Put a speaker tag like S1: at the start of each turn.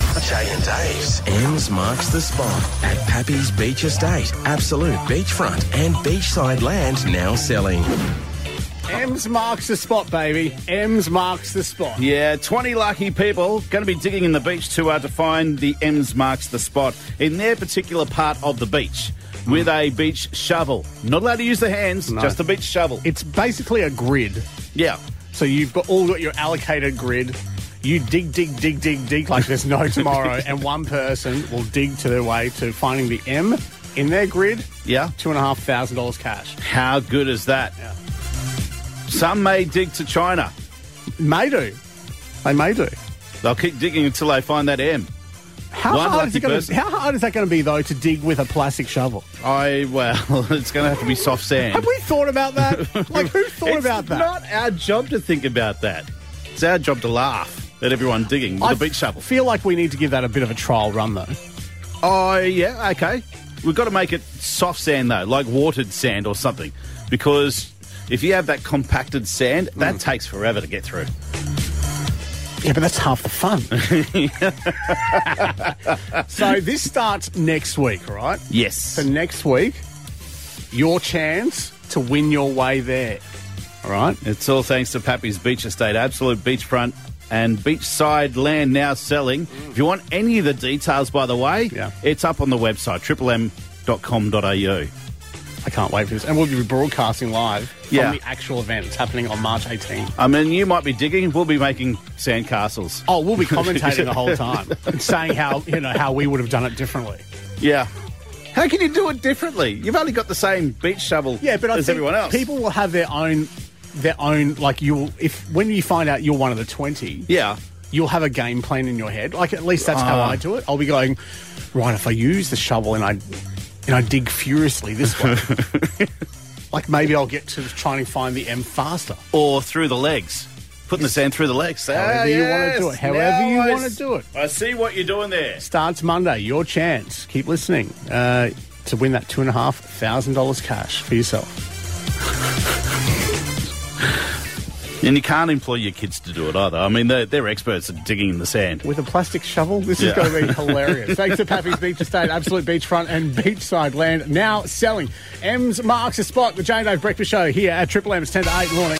S1: Jay and Dave's. M's marks the spot at Pappy's Beach Estate. Absolute beachfront and beachside land now selling.
S2: M's marks the spot, baby. M's marks the spot.
S3: Yeah, 20 lucky people going to be digging in the beach to, uh, to find the M's marks the spot in their particular part of the beach with a beach shovel. Not allowed to use the hands,
S2: No.
S3: just a beach shovel.
S2: It's basically a grid.
S3: Yeah.
S2: So you've got all got your allocated grid. You dig, dig, dig, dig, dig like there's no tomorrow, and one person will dig to their way to finding the M in their grid.
S3: Yeah.
S2: Two and a half thousand dollars cash.
S3: How good is that?
S2: Yeah.
S3: Some may dig to China.
S2: May do. They may do.
S3: They'll keep digging until they find that M.
S2: How
S3: One
S2: hard, is
S3: lucky
S2: it gonna,
S3: person.
S2: how hard is that going to be, though, to dig with a plastic shovel?
S3: I, well, it's going to have to be soft sand.
S2: Have we thought about that? like, who thought
S3: it's
S2: about that?
S3: not our job to think about that. It's our job to laugh at everyone digging with
S2: I
S3: a beach shovel.
S2: feel like we need to give that a bit of a trial run, though.
S3: Oh, yeah, okay. We've got to make it soft sand, though, like watered sand or something, because if you have that compacted sand,
S2: Mm.
S3: that takes forever to get through.
S2: Yeah, but that's half the fun. so this starts next week, all right?
S3: Yes.
S2: So next week, your chance to win your way there. All right.
S3: It's all thanks to Pappy's Beach Estate, absolute beachfront and beachside land now selling. If you want any of the details, by the way,
S2: Mm. Yeah.
S3: it's up on the website, triplem.com.au.
S2: I can't wait for this, and we'll be broadcasting live from
S3: Yeah.
S2: the actual event. It's happening on March 18th.
S3: I mean, you might be digging, we'll be making sandcastles.
S2: Oh, we'll be commentating the whole time, and saying how you know how we would have done it differently.
S3: Yeah. How can you do it differently? You've only got the same beach shovel
S2: Yeah, but I
S3: as
S2: think
S3: everyone else.
S2: people will have their own their own like you'll if when you find out you're one of the 20
S3: Yeah.
S2: you'll have a game plan in your head. Like at least that's how
S3: Ah.
S2: I do it. I'll be going, right, if I use the shovel and I and I dig furiously this way. like maybe I'll get to trying to find the M faster.
S3: Or through the legs. Putting the sand through the legs.
S2: However
S3: Ah,
S2: you wanna do
S3: yes.
S2: it. However
S3: Now
S2: you
S3: I
S2: wanna
S3: s-
S2: do it.
S3: I see what you're doing there.
S2: Starts Monday, your chance. Keep listening. Uh, to win that two and a half thousand dollars cash for yourself.
S3: And you can't employ your kids to do it either. I mean, they're, they're experts at digging in the sand.
S2: With a plastic shovel, this is
S3: Yeah.
S2: going to be hilarious. Thanks to Pappy's Beach Estate, absolute beachfront and beachside land. Now selling. M's marks a spot. The Jane Dave Breakfast Show here at Triple M's ten to eight morning.